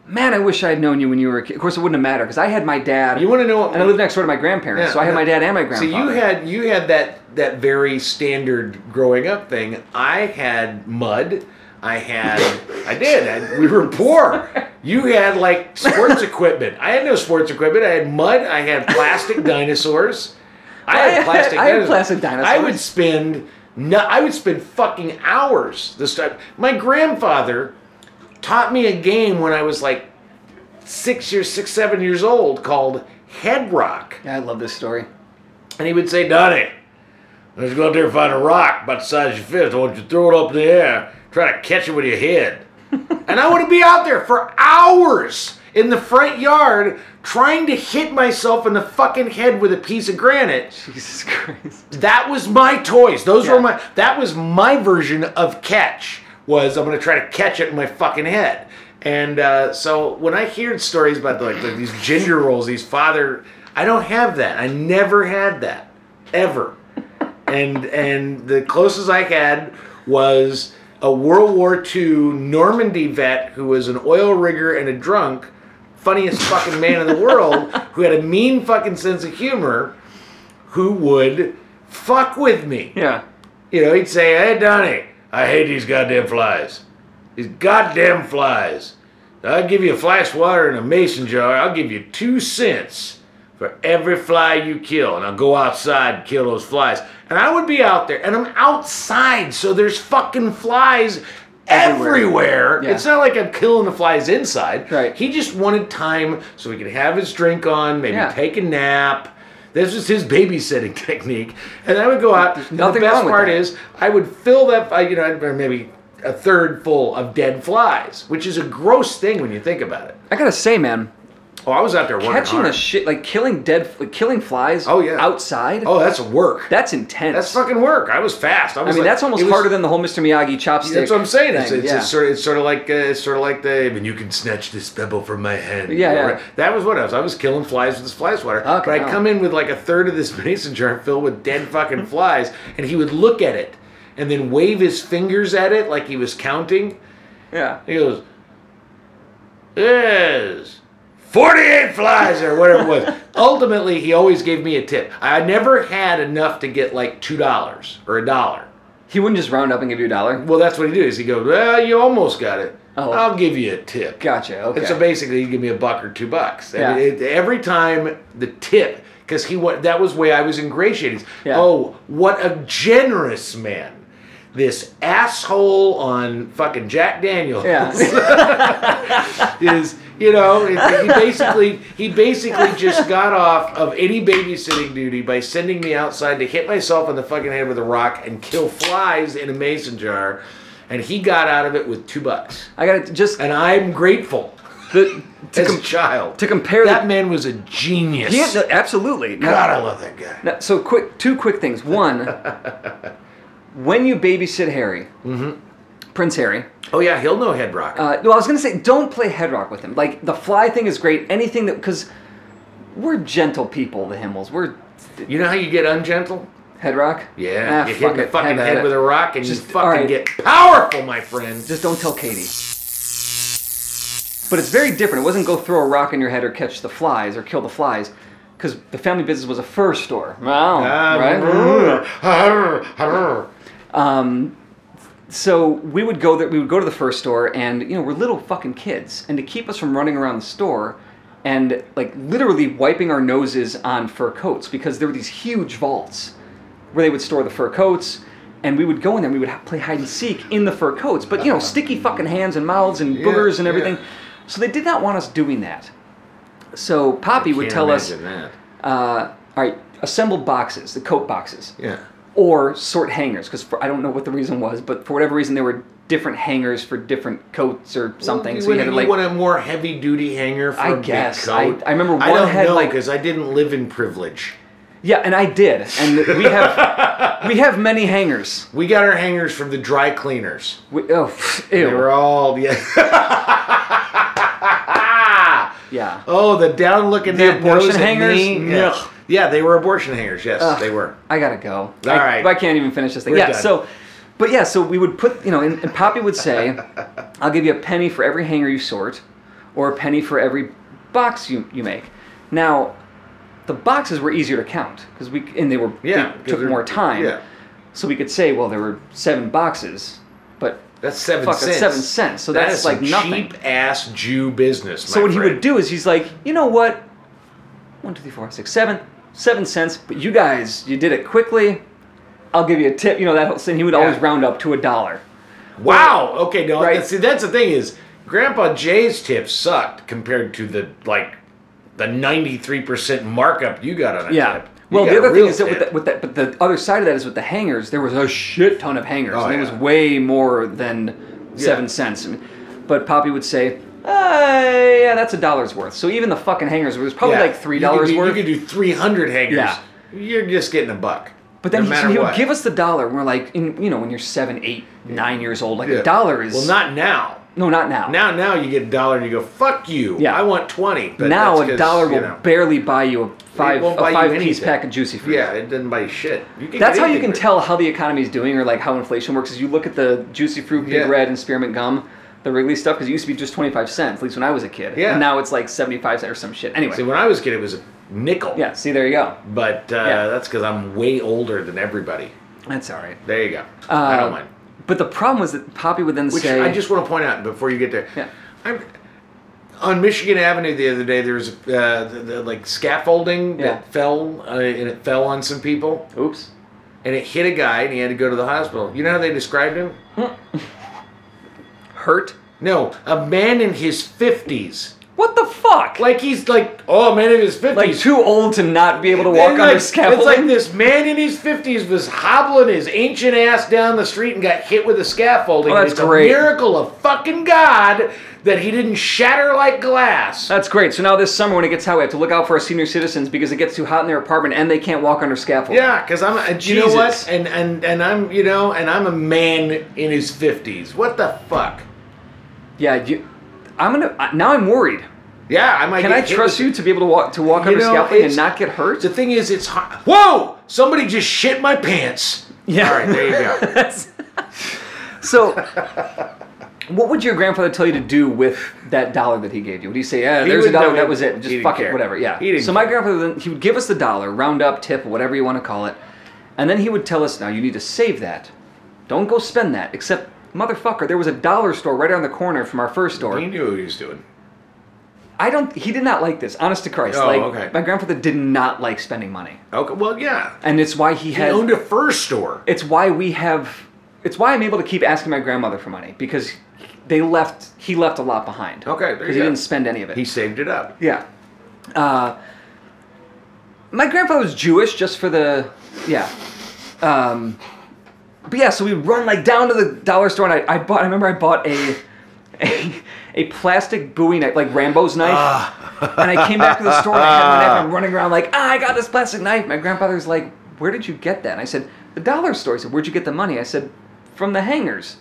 [SPEAKER 2] Man, I wish I had known you when you were a kid. Of course, it wouldn't have mattered because I had my dad.
[SPEAKER 1] You want to know what?
[SPEAKER 2] And I lived next door to my grandparents, so I had my dad and my
[SPEAKER 1] So
[SPEAKER 2] grandfather.
[SPEAKER 1] you had you had that that very standard growing up thing. I had mud. I had I did. I, we were poor. You had like sports equipment. I had no sports equipment. I had mud. I had plastic dinosaurs. I
[SPEAKER 2] I
[SPEAKER 1] had
[SPEAKER 2] had-
[SPEAKER 1] plastic.
[SPEAKER 2] I had
[SPEAKER 1] dinosaurs.
[SPEAKER 2] plastic dinosaurs.
[SPEAKER 1] I would spend. No, I would spend fucking hours this time. My grandfather taught me a game when I was like six years, six, seven years old called Head Rock.
[SPEAKER 2] Yeah, I love this story.
[SPEAKER 1] And he would say, Donnie, let's go out there and find a rock about the size of your fist. I want you to throw it up in the air, try to catch it with your head. and I would be out there for hours in the front yard trying to hit myself in the fucking head with a piece of granite.
[SPEAKER 2] Jesus Christ.
[SPEAKER 1] That was my toys. Those
[SPEAKER 2] Yeah.
[SPEAKER 1] were my. That was my version of catch. Was I'm gonna try to catch it in my fucking head. And uh, so when I hear stories about like, like these ginger rolls, these father, I don't have that. I never had that ever. And and the closest I had was a World War II Normandy vet who was an oil rigger and a drunk, funniest fucking man in the world, who had a mean fucking sense of humor, who would fuck with me.
[SPEAKER 2] Yeah.
[SPEAKER 1] You know, he'd say, Hey, Donnie, I hate these goddamn flies. These goddamn flies. I'll give you a fly swatter and a mason jar. I'll give you two cents for every fly you kill. And I'll go outside and kill those flies. And I would be out there, and I'm outside, so there's fucking flies everywhere.
[SPEAKER 2] Everywhere. Yeah.
[SPEAKER 1] It's not like I'm killing the flies inside.
[SPEAKER 2] Right.
[SPEAKER 1] He just wanted time so he could have his drink on, maybe
[SPEAKER 2] Yeah.
[SPEAKER 1] take a nap. This was his babysitting technique. And I would go out. and
[SPEAKER 2] nothing
[SPEAKER 1] the best
[SPEAKER 2] wrong with
[SPEAKER 1] part
[SPEAKER 2] that.
[SPEAKER 1] is I would fill that, I- you know, or maybe a third full of dead flies, which is a gross thing when you think about it.
[SPEAKER 2] I gotta say, man,
[SPEAKER 1] Oh, I was out there working
[SPEAKER 2] catching
[SPEAKER 1] hard.
[SPEAKER 2] the shit, like killing dead, like killing flies.
[SPEAKER 1] Oh, yeah.
[SPEAKER 2] Outside.
[SPEAKER 1] Oh, that's work.
[SPEAKER 2] That's intense.
[SPEAKER 1] that's fucking work. I was fast. I,
[SPEAKER 2] I
[SPEAKER 1] was
[SPEAKER 2] mean,
[SPEAKER 1] like-
[SPEAKER 2] that's almost
[SPEAKER 1] it was-
[SPEAKER 2] harder than the whole Mr. Miyagi chopstick.
[SPEAKER 1] That's what I'm saying. It's,
[SPEAKER 2] thing,
[SPEAKER 1] it's,
[SPEAKER 2] yeah.
[SPEAKER 1] it's sort of, it's sort of like uh, it's sort of like the when you can snatch this pebble from my hand.
[SPEAKER 2] Yeah, yeah.
[SPEAKER 1] That was what I was. I was killing flies with this fly swatter.
[SPEAKER 2] Okay,
[SPEAKER 1] but I
[SPEAKER 2] wow.
[SPEAKER 1] come in with like a third of this mason jar filled with dead fucking flies, and he would look at it and then wave his fingers at it like he was counting.
[SPEAKER 2] yeah.
[SPEAKER 1] He goes, Yes, 48 flies or whatever it was. Ultimately, he always gave me a tip. I never had enough to get like $2 or a dollar.
[SPEAKER 2] He wouldn't just round up and give you a dollar.
[SPEAKER 1] Well, that's what he did. Is he goes, Well, you almost got it.
[SPEAKER 2] Oh.
[SPEAKER 1] I'll give you a tip.
[SPEAKER 2] Gotcha. Okay.
[SPEAKER 1] And so basically, he'd give me a buck or two bucks.
[SPEAKER 2] Yeah.
[SPEAKER 1] And it, every time the tip, because he wa- that was the way I was ingratiated.
[SPEAKER 2] Yeah.
[SPEAKER 1] Oh, what a generous man. This asshole on fucking Jack Daniels.
[SPEAKER 2] yeah.
[SPEAKER 1] is you know it- he basically he basically just got off of any babysitting duty by sending me outside to hit myself on the fucking head with a rock and kill flies in a mason jar and he got out of it with two bucks
[SPEAKER 2] I gotta just
[SPEAKER 1] and i'm grateful
[SPEAKER 2] the, to,
[SPEAKER 1] as a
[SPEAKER 2] com-
[SPEAKER 1] child
[SPEAKER 2] to compare
[SPEAKER 1] that
[SPEAKER 2] the-
[SPEAKER 1] man was a genius
[SPEAKER 2] Yeah, no, absolutely. Now-
[SPEAKER 1] god i love that guy
[SPEAKER 2] now, so quick, two quick things. One, when you babysit Harry,
[SPEAKER 1] Mm-hmm.
[SPEAKER 2] Prince Harry.
[SPEAKER 1] oh yeah he'll know head rock
[SPEAKER 2] Uh, well, I was gonna say, don't play head rock with him. Like the fly thing is great. Anything that because we're gentle people, the Himmels. We're
[SPEAKER 1] you know how you get ungentle
[SPEAKER 2] head rock.
[SPEAKER 1] yeah
[SPEAKER 2] Ah,
[SPEAKER 1] you
[SPEAKER 2] fuck
[SPEAKER 1] hit the
[SPEAKER 2] it,
[SPEAKER 1] fucking
[SPEAKER 2] have at
[SPEAKER 1] head
[SPEAKER 2] it.
[SPEAKER 1] with a rock and
[SPEAKER 2] Just-
[SPEAKER 1] you
[SPEAKER 2] all
[SPEAKER 1] fucking
[SPEAKER 2] right.
[SPEAKER 1] get powerful my friend
[SPEAKER 2] Just don't tell Katie. But it's very different. It wasn't go throw a rock in your head or catch the flies or kill the flies, because the family business was a fur store. Wow. right. Um, so we would go there. We would go to the fur store, and you know we're little fucking kids, and to keep us from running around the store and like literally wiping our noses on fur coats because there were these huge vaults where they would store the fur coats. And we would go in there. and We would ha- play hide and seek in the fur coats, but you know, sticky fucking hands and mouths and boogers and
[SPEAKER 1] yeah.
[SPEAKER 2] everything. So they did not want us doing that. So Poppy would
[SPEAKER 1] Can't
[SPEAKER 2] tell us,
[SPEAKER 1] imagine that.
[SPEAKER 2] uh, "All right, assemble boxes, the coat boxes."
[SPEAKER 1] Yeah.
[SPEAKER 2] or sort hangers because I don't know what the reason was, but for whatever reason there were different hangers for different coats or something.
[SPEAKER 1] You,
[SPEAKER 2] so you had to like,
[SPEAKER 1] want a more heavy duty hanger for
[SPEAKER 2] I
[SPEAKER 1] a big
[SPEAKER 2] guess. I-
[SPEAKER 1] coat?
[SPEAKER 2] I remember
[SPEAKER 1] I
[SPEAKER 2] one
[SPEAKER 1] don't
[SPEAKER 2] had,
[SPEAKER 1] know,
[SPEAKER 2] like-
[SPEAKER 1] because I didn't live in privilege.
[SPEAKER 2] yeah, and I did, and we have we have many hangers.
[SPEAKER 1] We got our hangers from the dry cleaners.
[SPEAKER 2] We, oh,
[SPEAKER 1] They were
[SPEAKER 2] ew.
[SPEAKER 1] all yeah.
[SPEAKER 2] Yeah.
[SPEAKER 1] Oh, the down looking
[SPEAKER 2] The
[SPEAKER 1] that
[SPEAKER 2] abortion
[SPEAKER 1] nose at
[SPEAKER 2] hangers?
[SPEAKER 1] me. Yeah.
[SPEAKER 2] Ugh.
[SPEAKER 1] yeah, they were abortion hangers. Yes,
[SPEAKER 2] Ugh,
[SPEAKER 1] they were.
[SPEAKER 2] I gotta go.
[SPEAKER 1] All
[SPEAKER 2] I,
[SPEAKER 1] right.
[SPEAKER 2] I can't even finish this thing.
[SPEAKER 1] We're
[SPEAKER 2] yeah.
[SPEAKER 1] done.
[SPEAKER 2] So, but yeah, so we would put, you know, and, and Poppy would say, "I'll give you a penny for every hanger you sort, or a penny for every box you you make." Now, the boxes were easier to count because we and they were
[SPEAKER 1] Yeah,
[SPEAKER 2] they
[SPEAKER 1] 'cause
[SPEAKER 2] took
[SPEAKER 1] they're-
[SPEAKER 2] more time.
[SPEAKER 1] yeah.
[SPEAKER 2] So we could say, well, there were seven boxes, but
[SPEAKER 1] That's seven
[SPEAKER 2] fuck,
[SPEAKER 1] cents.
[SPEAKER 2] that's seven cents. So
[SPEAKER 1] That
[SPEAKER 2] that's
[SPEAKER 1] is
[SPEAKER 2] like
[SPEAKER 1] some
[SPEAKER 2] nothing.
[SPEAKER 1] Cheap ass Jew business.
[SPEAKER 2] So
[SPEAKER 1] my
[SPEAKER 2] what he
[SPEAKER 1] friend.
[SPEAKER 2] would do is he's like, you know what? One, two, three, four, six, seven, seven cents. But you guys, you did it quickly. I'll give you a tip. You know that whole thing. He would always
[SPEAKER 1] Yeah.
[SPEAKER 2] round up to a dollar.
[SPEAKER 1] Wow. Okay. No.
[SPEAKER 2] Right.
[SPEAKER 1] that's- See, that's the thing is, Grandpa Jay's tip sucked compared to the like the ninety three percent markup you got on a
[SPEAKER 2] Yeah.
[SPEAKER 1] tip. You
[SPEAKER 2] Well,
[SPEAKER 1] got
[SPEAKER 2] the
[SPEAKER 1] a
[SPEAKER 2] other thing
[SPEAKER 1] real
[SPEAKER 2] is that with,
[SPEAKER 1] tip.
[SPEAKER 2] that with that, but the other side of that is with the hangers. There was a shit ton of hangers.
[SPEAKER 1] Oh,
[SPEAKER 2] and It
[SPEAKER 1] yeah.
[SPEAKER 2] was way more than
[SPEAKER 1] Yeah.
[SPEAKER 2] seven cents. I mean, But Poppy would say, uh, yeah, that's a dollar's worth. So even the fucking hangers was probably
[SPEAKER 1] Yeah.
[SPEAKER 2] like three
[SPEAKER 1] You could
[SPEAKER 2] dollars
[SPEAKER 1] do-
[SPEAKER 2] worth.
[SPEAKER 1] You could do three hundred hangers.
[SPEAKER 2] Yeah.
[SPEAKER 1] You're just getting a buck.
[SPEAKER 2] But then
[SPEAKER 1] no
[SPEAKER 2] he,
[SPEAKER 1] matter
[SPEAKER 2] he would
[SPEAKER 1] what.
[SPEAKER 2] give us the dollar. And we're like, in, you know, when you're seven, eight, nine years old, like
[SPEAKER 1] Yeah.
[SPEAKER 2] a dollar is
[SPEAKER 1] Well, not now.
[SPEAKER 2] No, not now.
[SPEAKER 1] Now, now you get a dollar and you go, "Fuck you!
[SPEAKER 2] Yeah.
[SPEAKER 1] I want 20. But
[SPEAKER 2] now
[SPEAKER 1] that's
[SPEAKER 2] a
[SPEAKER 1] 'cause,
[SPEAKER 2] dollar will
[SPEAKER 1] you know,
[SPEAKER 2] barely buy you a five
[SPEAKER 1] won't
[SPEAKER 2] a
[SPEAKER 1] buy you
[SPEAKER 2] five piece
[SPEAKER 1] anything.
[SPEAKER 2] pack of juicy fruit.
[SPEAKER 1] Yeah, it doesn't buy you shit. You can
[SPEAKER 2] That's
[SPEAKER 1] get
[SPEAKER 2] how you
[SPEAKER 1] anything
[SPEAKER 2] can
[SPEAKER 1] for-
[SPEAKER 2] tell how the economy's doing or like how inflation works is you look at the juicy fruit, big
[SPEAKER 1] Yeah.
[SPEAKER 2] red, and spearmint gum, the Wrigley stuff, because it used to be just 25 cents, at least when I was a kid.
[SPEAKER 1] Yeah.
[SPEAKER 2] And now it's like 75 cents or some shit. Anyway.
[SPEAKER 1] See, when I was a kid, it was a nickel.
[SPEAKER 2] yeah, see, there you go.
[SPEAKER 1] But uh,
[SPEAKER 2] Yeah.
[SPEAKER 1] that's because I'm way older than everybody.
[SPEAKER 2] That's all right.
[SPEAKER 1] There you go. I
[SPEAKER 2] Uh,
[SPEAKER 1] don't mind.
[SPEAKER 2] But the problem was that Poppy would then
[SPEAKER 1] Which
[SPEAKER 2] say,
[SPEAKER 1] I just want to point out before you get there.
[SPEAKER 2] Yeah.
[SPEAKER 1] I'm, on Michigan Avenue the other day, there was uh, the, the, like scaffolding
[SPEAKER 2] Yeah.
[SPEAKER 1] that fell uh, and it fell on some people
[SPEAKER 2] oops.
[SPEAKER 1] and it hit a guy and he had to go to the hospital. You know how they described him?
[SPEAKER 2] Hurt?
[SPEAKER 1] No, a man in his fifties.
[SPEAKER 2] What the fuck?
[SPEAKER 1] Like he's like, oh, a man in his fifties.
[SPEAKER 2] like too old to not be able to
[SPEAKER 1] It's
[SPEAKER 2] walk on
[SPEAKER 1] like-
[SPEAKER 2] the scaffolding?
[SPEAKER 1] It's like this man in his fifties was hobbling his ancient ass down the street and got hit with a scaffolding.
[SPEAKER 2] Oh,
[SPEAKER 1] and
[SPEAKER 2] that's
[SPEAKER 1] it's
[SPEAKER 2] great.
[SPEAKER 1] a miracle of fucking God that he didn't shatter like glass.
[SPEAKER 2] That's great. So now this summer when it gets hot, we have to look out for our senior citizens because it gets too hot in their apartment and they can't walk under scaffolding.
[SPEAKER 1] yeah, because I'm. A, You know what?
[SPEAKER 2] Jesus.
[SPEAKER 1] And and and I'm. You know, and I'm a man in his fifties. What the fuck?
[SPEAKER 2] Yeah, you. I'm gonna. I- Now I'm worried.
[SPEAKER 1] Yeah, I might.
[SPEAKER 2] Can
[SPEAKER 1] get
[SPEAKER 2] I
[SPEAKER 1] hit
[SPEAKER 2] trust
[SPEAKER 1] with-
[SPEAKER 2] you to be able to walk to walk
[SPEAKER 1] You
[SPEAKER 2] under
[SPEAKER 1] know,
[SPEAKER 2] scaffolding and
[SPEAKER 1] it's-
[SPEAKER 2] not get hurt?
[SPEAKER 1] The thing is, it's hot. Whoa! Somebody just shit my pants.
[SPEAKER 2] Yeah.
[SPEAKER 1] All right, there you go.
[SPEAKER 2] so, what would your grandfather tell you to do with that dollar that he gave you? Would he say, "Yeah,
[SPEAKER 1] He
[SPEAKER 2] there's a
[SPEAKER 1] wouldn't
[SPEAKER 2] dollar.
[SPEAKER 1] know.
[SPEAKER 2] That was it.
[SPEAKER 1] He
[SPEAKER 2] Just
[SPEAKER 1] didn't
[SPEAKER 2] fuck it,
[SPEAKER 1] care.
[SPEAKER 2] whatever." Yeah.
[SPEAKER 1] He didn't
[SPEAKER 2] so my
[SPEAKER 1] care.
[SPEAKER 2] grandfather then he would give us the dollar, round up, tip, whatever you want to call it, and then he would tell us, "Now you need to save that. Don't go spend that." Except, motherfucker, there was a dollar store right around the corner from our first store.
[SPEAKER 1] He knew what he was doing.
[SPEAKER 2] I don't. He did not like this. Honest to Christ.
[SPEAKER 1] Oh,
[SPEAKER 2] like
[SPEAKER 1] okay.
[SPEAKER 2] my grandfather did not like spending money,
[SPEAKER 1] Okay. Well, yeah.
[SPEAKER 2] and it's why he
[SPEAKER 1] He
[SPEAKER 2] had.
[SPEAKER 1] owned a fur store.
[SPEAKER 2] it's why we have. It's why I'm able to keep asking my grandmother for money because they left. He left a lot behind.
[SPEAKER 1] Okay, there you
[SPEAKER 2] Because he
[SPEAKER 1] go.
[SPEAKER 2] didn't spend any of it.
[SPEAKER 1] He saved it up.
[SPEAKER 2] yeah. Uh, my grandfather was Jewish, just for the yeah. Um, but yeah, so we run like down to the dollar store, and I, I bought. I remember I bought a a, a plastic Bowie knife, like Rambo's knife. and I came back to the store and I had my knife. And I'm running around like, ah, I got this plastic knife. My grandfather's like, Where did you get that? And I said, The dollar store. He said, Where'd you get the money? I said, From the hangers.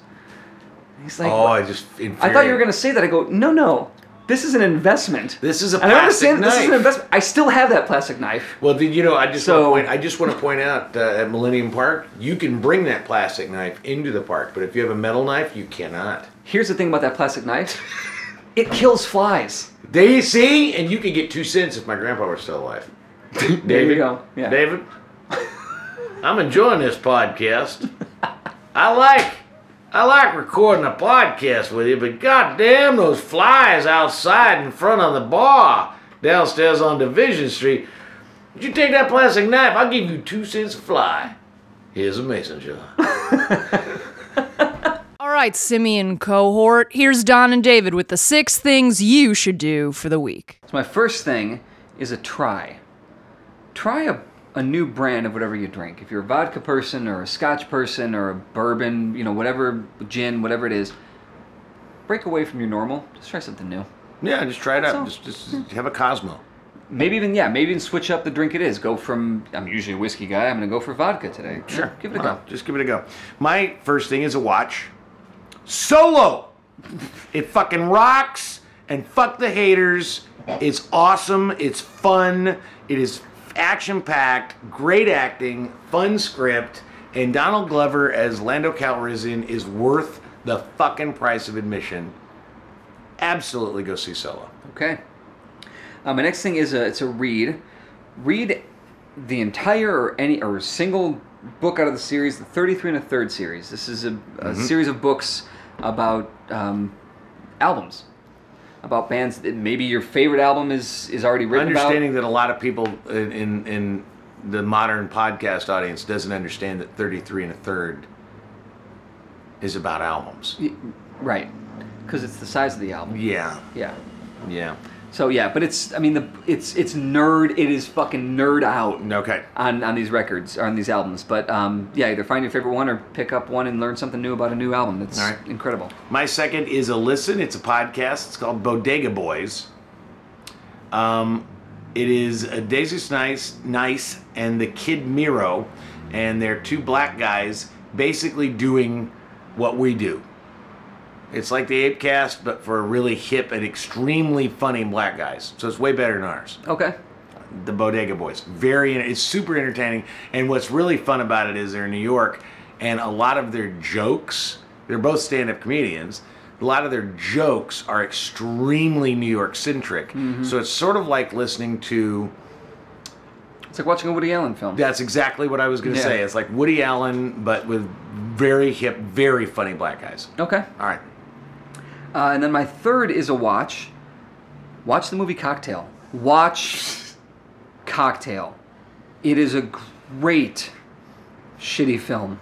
[SPEAKER 2] And he's like,
[SPEAKER 1] Oh, I just.
[SPEAKER 2] I thought you were gonna say that. I go, No, no, this is an investment.
[SPEAKER 1] This is a
[SPEAKER 2] And I understand
[SPEAKER 1] plastic
[SPEAKER 2] this is an
[SPEAKER 1] knife.
[SPEAKER 2] investment. I still have that plastic knife.
[SPEAKER 1] Well, did you know? I just
[SPEAKER 2] So-
[SPEAKER 1] want to point, I just want to point out uh, at Millennium Park, you can bring that plastic knife into the park, but if you have a metal knife, you cannot.
[SPEAKER 2] Here's the thing about that plastic knife. It kills flies.
[SPEAKER 1] There you see, and you could get two cents if my grandpa were still alive. David,
[SPEAKER 2] There you go. Yeah.
[SPEAKER 1] David, I'm enjoying this podcast. I like, I like recording a podcast with you, but goddamn those flies outside in front of the bar downstairs on Division Street. Would you take that plastic knife? I'll give you two cents a fly. Here's a mason jar.
[SPEAKER 3] All right, Simeon cohort, here's Don and David with the six things you should do for the week.
[SPEAKER 2] So my first thing is a try. Try a, a new brand of whatever you drink. If you're a vodka person or a scotch person or a bourbon, you know, whatever gin, whatever it is, break away from your normal. Just try something new.
[SPEAKER 1] Yeah, just try it
[SPEAKER 2] out.
[SPEAKER 1] out.
[SPEAKER 2] Just-
[SPEAKER 1] just, just have a Cosmo.
[SPEAKER 2] Maybe even yeah, maybe even switch up the drink it is. Go from I'm usually a whiskey guy, I'm gonna go for vodka today. Yeah, give it a
[SPEAKER 1] Why
[SPEAKER 2] go.
[SPEAKER 1] not? Just give it a go. My first thing is a watch. Solo. it fucking rocks and fuck the haters. It's awesome. It's fun. It is action packed, great acting, fun script, and Donald Glover as Lando Calrissian is worth the fucking price of admission. Absolutely go see Solo.
[SPEAKER 2] Okay. Uh, my next thing is a it's a read. Read the entire or any or single book out of the series, the 33 and a third series. This is a, a
[SPEAKER 1] Mm-hmm.
[SPEAKER 2] series of books about um, albums, about bands. That maybe your favorite album is is already written
[SPEAKER 1] Understanding that a lot of people in, in in the modern podcast audience doesn't understand that 33 and a third is about albums.
[SPEAKER 2] about. Right. Because it's the size of the album.
[SPEAKER 1] Yeah,
[SPEAKER 2] Yeah.
[SPEAKER 1] yeah.
[SPEAKER 2] So yeah, but it's I mean the it's it's nerd. It is fucking nerd out.
[SPEAKER 1] Okay.
[SPEAKER 2] on, on these records or on these albums. But um, yeah, either find your favorite one or pick up one and learn something new about a new album. That's
[SPEAKER 1] All right.
[SPEAKER 2] incredible.
[SPEAKER 1] My second is a listen. It's a podcast. It's called Bodega Boys. Um, it is uh, Daisy Nice, Nice, and the Kid Miro, and they're two black guys basically doing what we do. It's like the Apecast, but for really hip and extremely funny black guys. So it's way better than ours.
[SPEAKER 2] Okay.
[SPEAKER 1] The Bodega Boys. Very, it's super entertaining. And what's really fun about it is they're in New York, and a lot of their jokes. They're both stand-up comedians. A lot of their jokes are extremely New York centric. So it's sort of like listening to.
[SPEAKER 2] It's like watching a Woody Allen film.
[SPEAKER 1] That's exactly what I was going to
[SPEAKER 2] Yeah.
[SPEAKER 1] say. It's like Woody Allen, but with very hip, very funny black guys.
[SPEAKER 2] Okay.
[SPEAKER 1] All right.
[SPEAKER 2] Uh, and then my third is a watch. Watch the movie Cocktail. Watch Cocktail. It is a great shitty film.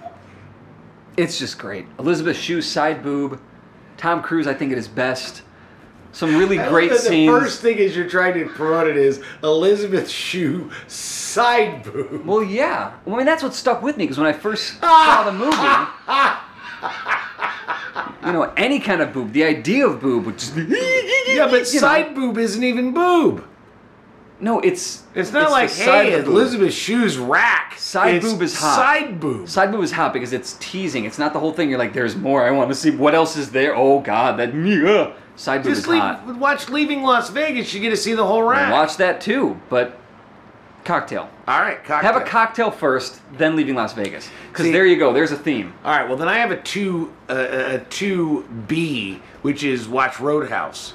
[SPEAKER 2] It's just great. Elizabeth Shue's side boob. Tom Cruise, I think, at his best. Some really great scenes.
[SPEAKER 1] The first thing is you're trying to promote it is Elizabeth Shue side boob.
[SPEAKER 2] Well, yeah. Well, I mean, that's what stuck with me because when I first saw the movie, you know, any kind of boob, the idea of boob would just.
[SPEAKER 1] Yeah, but
[SPEAKER 2] you know.
[SPEAKER 1] side boob isn't even boob.
[SPEAKER 2] No, it's.
[SPEAKER 1] It's not
[SPEAKER 2] the
[SPEAKER 1] like
[SPEAKER 2] side
[SPEAKER 1] hey,
[SPEAKER 2] of the boob.
[SPEAKER 1] Elizabeth Shue's rack.
[SPEAKER 2] Side
[SPEAKER 1] It's
[SPEAKER 2] boob is hot.
[SPEAKER 1] Side boob.
[SPEAKER 2] Side boob is hot because it's teasing. It's not the whole thing. You're like, there's more. I want to see what else is there. Oh God, that yeah. Side boob
[SPEAKER 1] Just
[SPEAKER 2] is
[SPEAKER 1] leave,
[SPEAKER 2] hot.
[SPEAKER 1] watch Leaving Las Vegas. You get to see the whole rack.
[SPEAKER 2] Watch that too, but cocktail.
[SPEAKER 1] All right, cocktail.
[SPEAKER 2] Have a cocktail first, then leaving Las Vegas. Because
[SPEAKER 1] See-
[SPEAKER 2] there you go. There's a theme.
[SPEAKER 1] All right. Well, then I have a two uh, a two B, which is watch Roadhouse.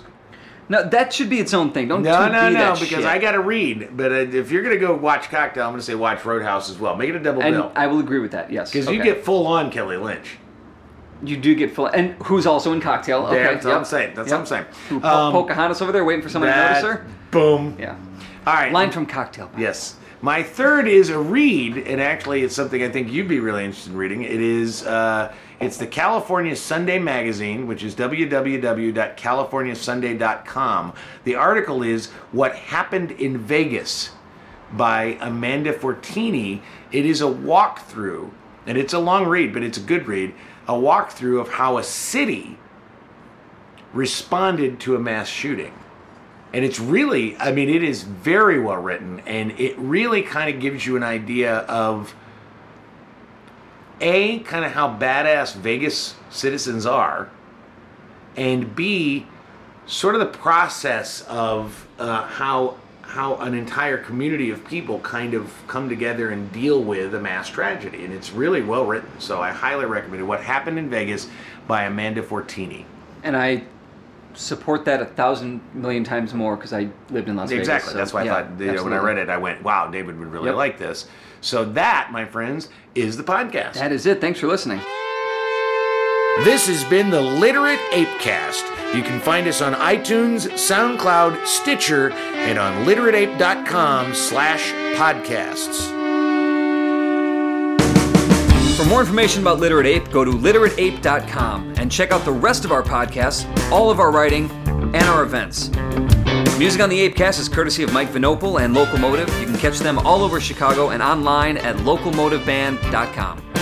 [SPEAKER 2] No, that should be its own thing. Don't
[SPEAKER 1] No,
[SPEAKER 2] 2B
[SPEAKER 1] no, no,
[SPEAKER 2] that
[SPEAKER 1] because
[SPEAKER 2] shit.
[SPEAKER 1] I got to read. But uh, if you're gonna go watch Cocktail, I'm gonna say watch Roadhouse as well. Make it a double
[SPEAKER 2] And
[SPEAKER 1] bill
[SPEAKER 2] I will agree with that. Yes,
[SPEAKER 1] because you
[SPEAKER 2] Okay.
[SPEAKER 1] get full on Kelly Lynch.
[SPEAKER 2] you do get full. And who's also in cocktail? Okay,
[SPEAKER 1] That's what I'm
[SPEAKER 2] yep.
[SPEAKER 1] saying. That's
[SPEAKER 2] Yep.
[SPEAKER 1] what I'm saying.
[SPEAKER 2] Who, Po-
[SPEAKER 1] Um,
[SPEAKER 2] Pocahontas over there waiting for someone to notice
[SPEAKER 1] that-
[SPEAKER 2] her.
[SPEAKER 1] Boom.
[SPEAKER 2] Yeah,
[SPEAKER 1] All right.
[SPEAKER 2] line from cocktail.
[SPEAKER 1] Yes. My third is a read, and actually, it's something I think you'd be really interested in reading. It is, uh, it's the California Sunday Magazine, which is www.californiasunday.com. The article is "What Happened in Vegas" by Amanda Fortini. It is a walkthrough, and it's a long read, but it's a good read. A walkthrough of how a city responded to a mass shooting. And it's really, I mean, it is very well written, and it really kind of gives you an idea of A, kind of how badass Vegas citizens are, and B, sort of the process of uh, how how an entire community of people kind of come together and deal with a mass tragedy. And it's really well written. So I highly recommend it. What Happened in Vegas by Amanda Fortini.
[SPEAKER 2] And I support that a thousand million times more because I lived in Las Vegas.
[SPEAKER 1] Exactly.
[SPEAKER 2] so,
[SPEAKER 1] That's why
[SPEAKER 2] yeah,
[SPEAKER 1] I thought you know, when I
[SPEAKER 2] absolutely.
[SPEAKER 1] read it, I went, "Wow, David would really
[SPEAKER 2] Yep.
[SPEAKER 1] like this." So that, my friends, is the podcast.
[SPEAKER 2] That is it. Thanks for listening.
[SPEAKER 1] This has been the Literate Apecast. You can find us on iTunes, SoundCloud, Stitcher, and on literateape.com/podcasts.
[SPEAKER 2] For more information about Literate Ape, go to literateape.com and check out the rest of our podcasts, all of our writing, and our events. Music on the Apecast is courtesy of Mike Vinopal and Locomotive. You can catch them all over Chicago and online at locomotiveband.com.